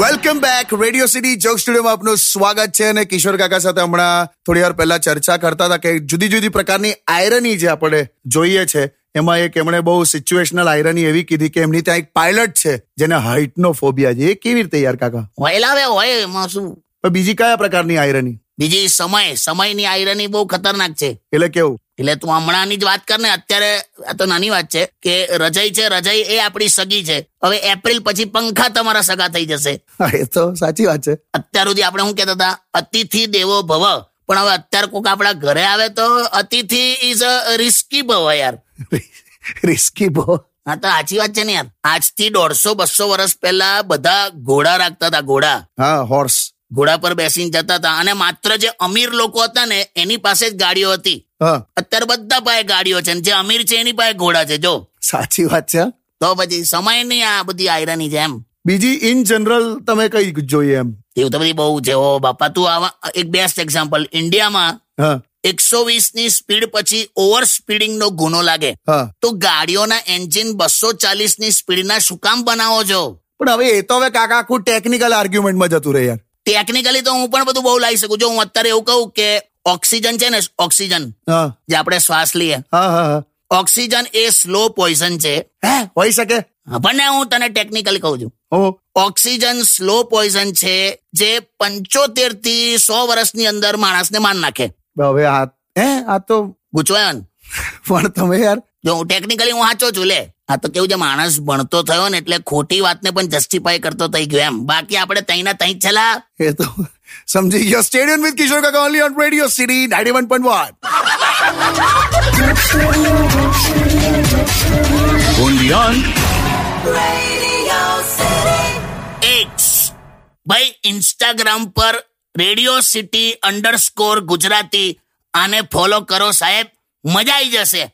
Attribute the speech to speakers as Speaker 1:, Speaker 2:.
Speaker 1: Welcome back Radio City joke સ્ટુડિયોમાં આપનું સ્વાગત છે અને કિશોર કાકા સાથે હમણાં થોડી વાર પહેલા ચર્ચા કરતા હતા કે જુદી જુદી પ્રકારની આયરની જે આપણે જોઈએ છે એમાં એક એમણે બહુ સિચ્યુએશનલ આયરની એવી કીધી કે એમની ત્યાં એક પાયલટ છે જેને હાઇટનો ફોબિયા છે એ કેવી રીતે યાર કાકા
Speaker 2: વહેલા વે હોય એમાં શું
Speaker 1: પણ બીજી કયા પ્રકારની આયરની
Speaker 2: બીજી સમય સમયની આયરની બહુ ખતરનાક છે
Speaker 1: એટલે કેવું
Speaker 2: એટલે તું હમણાંની જ વાત કર ને અત્યારે આ તો નાની વાત છે કે રજાઈ છે રજાઈ એ આપણી સગી છે હવે એપ્રિલ પછી પંખા તમારા સગા થઈ જશે
Speaker 1: હા, એ તો સાચી વાત છે
Speaker 2: અત્યાર સુધી આપણે શું કહેતા હતા અતિથિ દેવો ભવ પણ હવે અત્યારે કોક આપણા ઘરે આવે તો અતિથિ ઇઝ અ રિસ્કી ભવ યાર
Speaker 1: રિસ્કી બહુ
Speaker 2: હા તો સાચી વાત છે ને યાર આજથી દોઢસો બસો વર્ષ પહેલા બધા ઘોડા રાખતા હતા ઘોડા
Speaker 1: હા હોર્સ
Speaker 2: ઘોડા પર બેસીને જતા હતા અને માત્ર જે અમીર લોકો હતા ને એની પાસે જ ગાડીઓ હતી
Speaker 1: હા
Speaker 2: અત્યારે બધા પાસે ગાડીઓ છે ને જે અમીર છે એની પાસે ઘોડા છે જો
Speaker 1: સાચી વાત છે હા.
Speaker 2: તો પછી સમય નહીં આ બધી આયરાની છે એમ
Speaker 1: બીજી ઇન જનરલ તમે કઈ જોઈએ એમ
Speaker 2: એવું તો બધી બહુ છે ઓ બાપા તું આવા એક બેસ્ટ એક્ઝામ્પલ ઇન્ડિયામાં
Speaker 1: હા
Speaker 2: એકસો વીસ ની સ્પીડ પછી ઓવર સ્પીડિંગ નો ગુનો લાગે
Speaker 1: હા
Speaker 2: તો ગાડીઓના એન્જિન બસો ચાલીસ ની સ્પીડના શું કામ બનાવો છો
Speaker 1: પણ હવે એ તો હવે કાકા આખું ટેકનિકલ આર્ગ્યુમેન્ટમાં જતું રહે યાર
Speaker 2: ટેકનિકલી તો હું પણ બધું બહુ લાવી શકું જો હું અત્યારે એવું કહું કે ઓક્સિજન છે ને ઓક્સિજન
Speaker 1: હા
Speaker 2: જે આપણે શ્વાસ લઈએ
Speaker 1: હા હા હા
Speaker 2: ઓક્સિજન એ સ્લો પોઈઝન છે
Speaker 1: હે હોઈ શકે
Speaker 2: આપણને હું તને ટેકનિકલ કહું છું
Speaker 1: હો
Speaker 2: ઓક્સિજન સ્લો પોઈઝન છે જે પંચોતેર થી સો વર્ષની અંદર માણસને માર નાખે
Speaker 1: હવે આ હે આ તો
Speaker 2: ગૂંચવાયો ને
Speaker 1: પણ તમે યાર
Speaker 2: જો હું ટેકનિકલી હું સાચો છું લે આ તો કેવું છે માણસ ભણતો થયો ને એટલે ખોટી વાતને પણ જસ્ટિફાય કરતો થઈ ગયો એમ બાકી આપણે તઈના તઈ જ છેલ્લા
Speaker 1: એ તો સમજી ગયો stadium with Kishore Kaka only on Radio City ninety one point one
Speaker 3: Radio City.
Speaker 2: એક્સ ભાઈ ઇન્સ્ટાગ્રામ પર રેડિયો સિટી અંડરસ્કોર ગુજરાતી આને ફોલો કરો સાહેબ મજા આવી જશે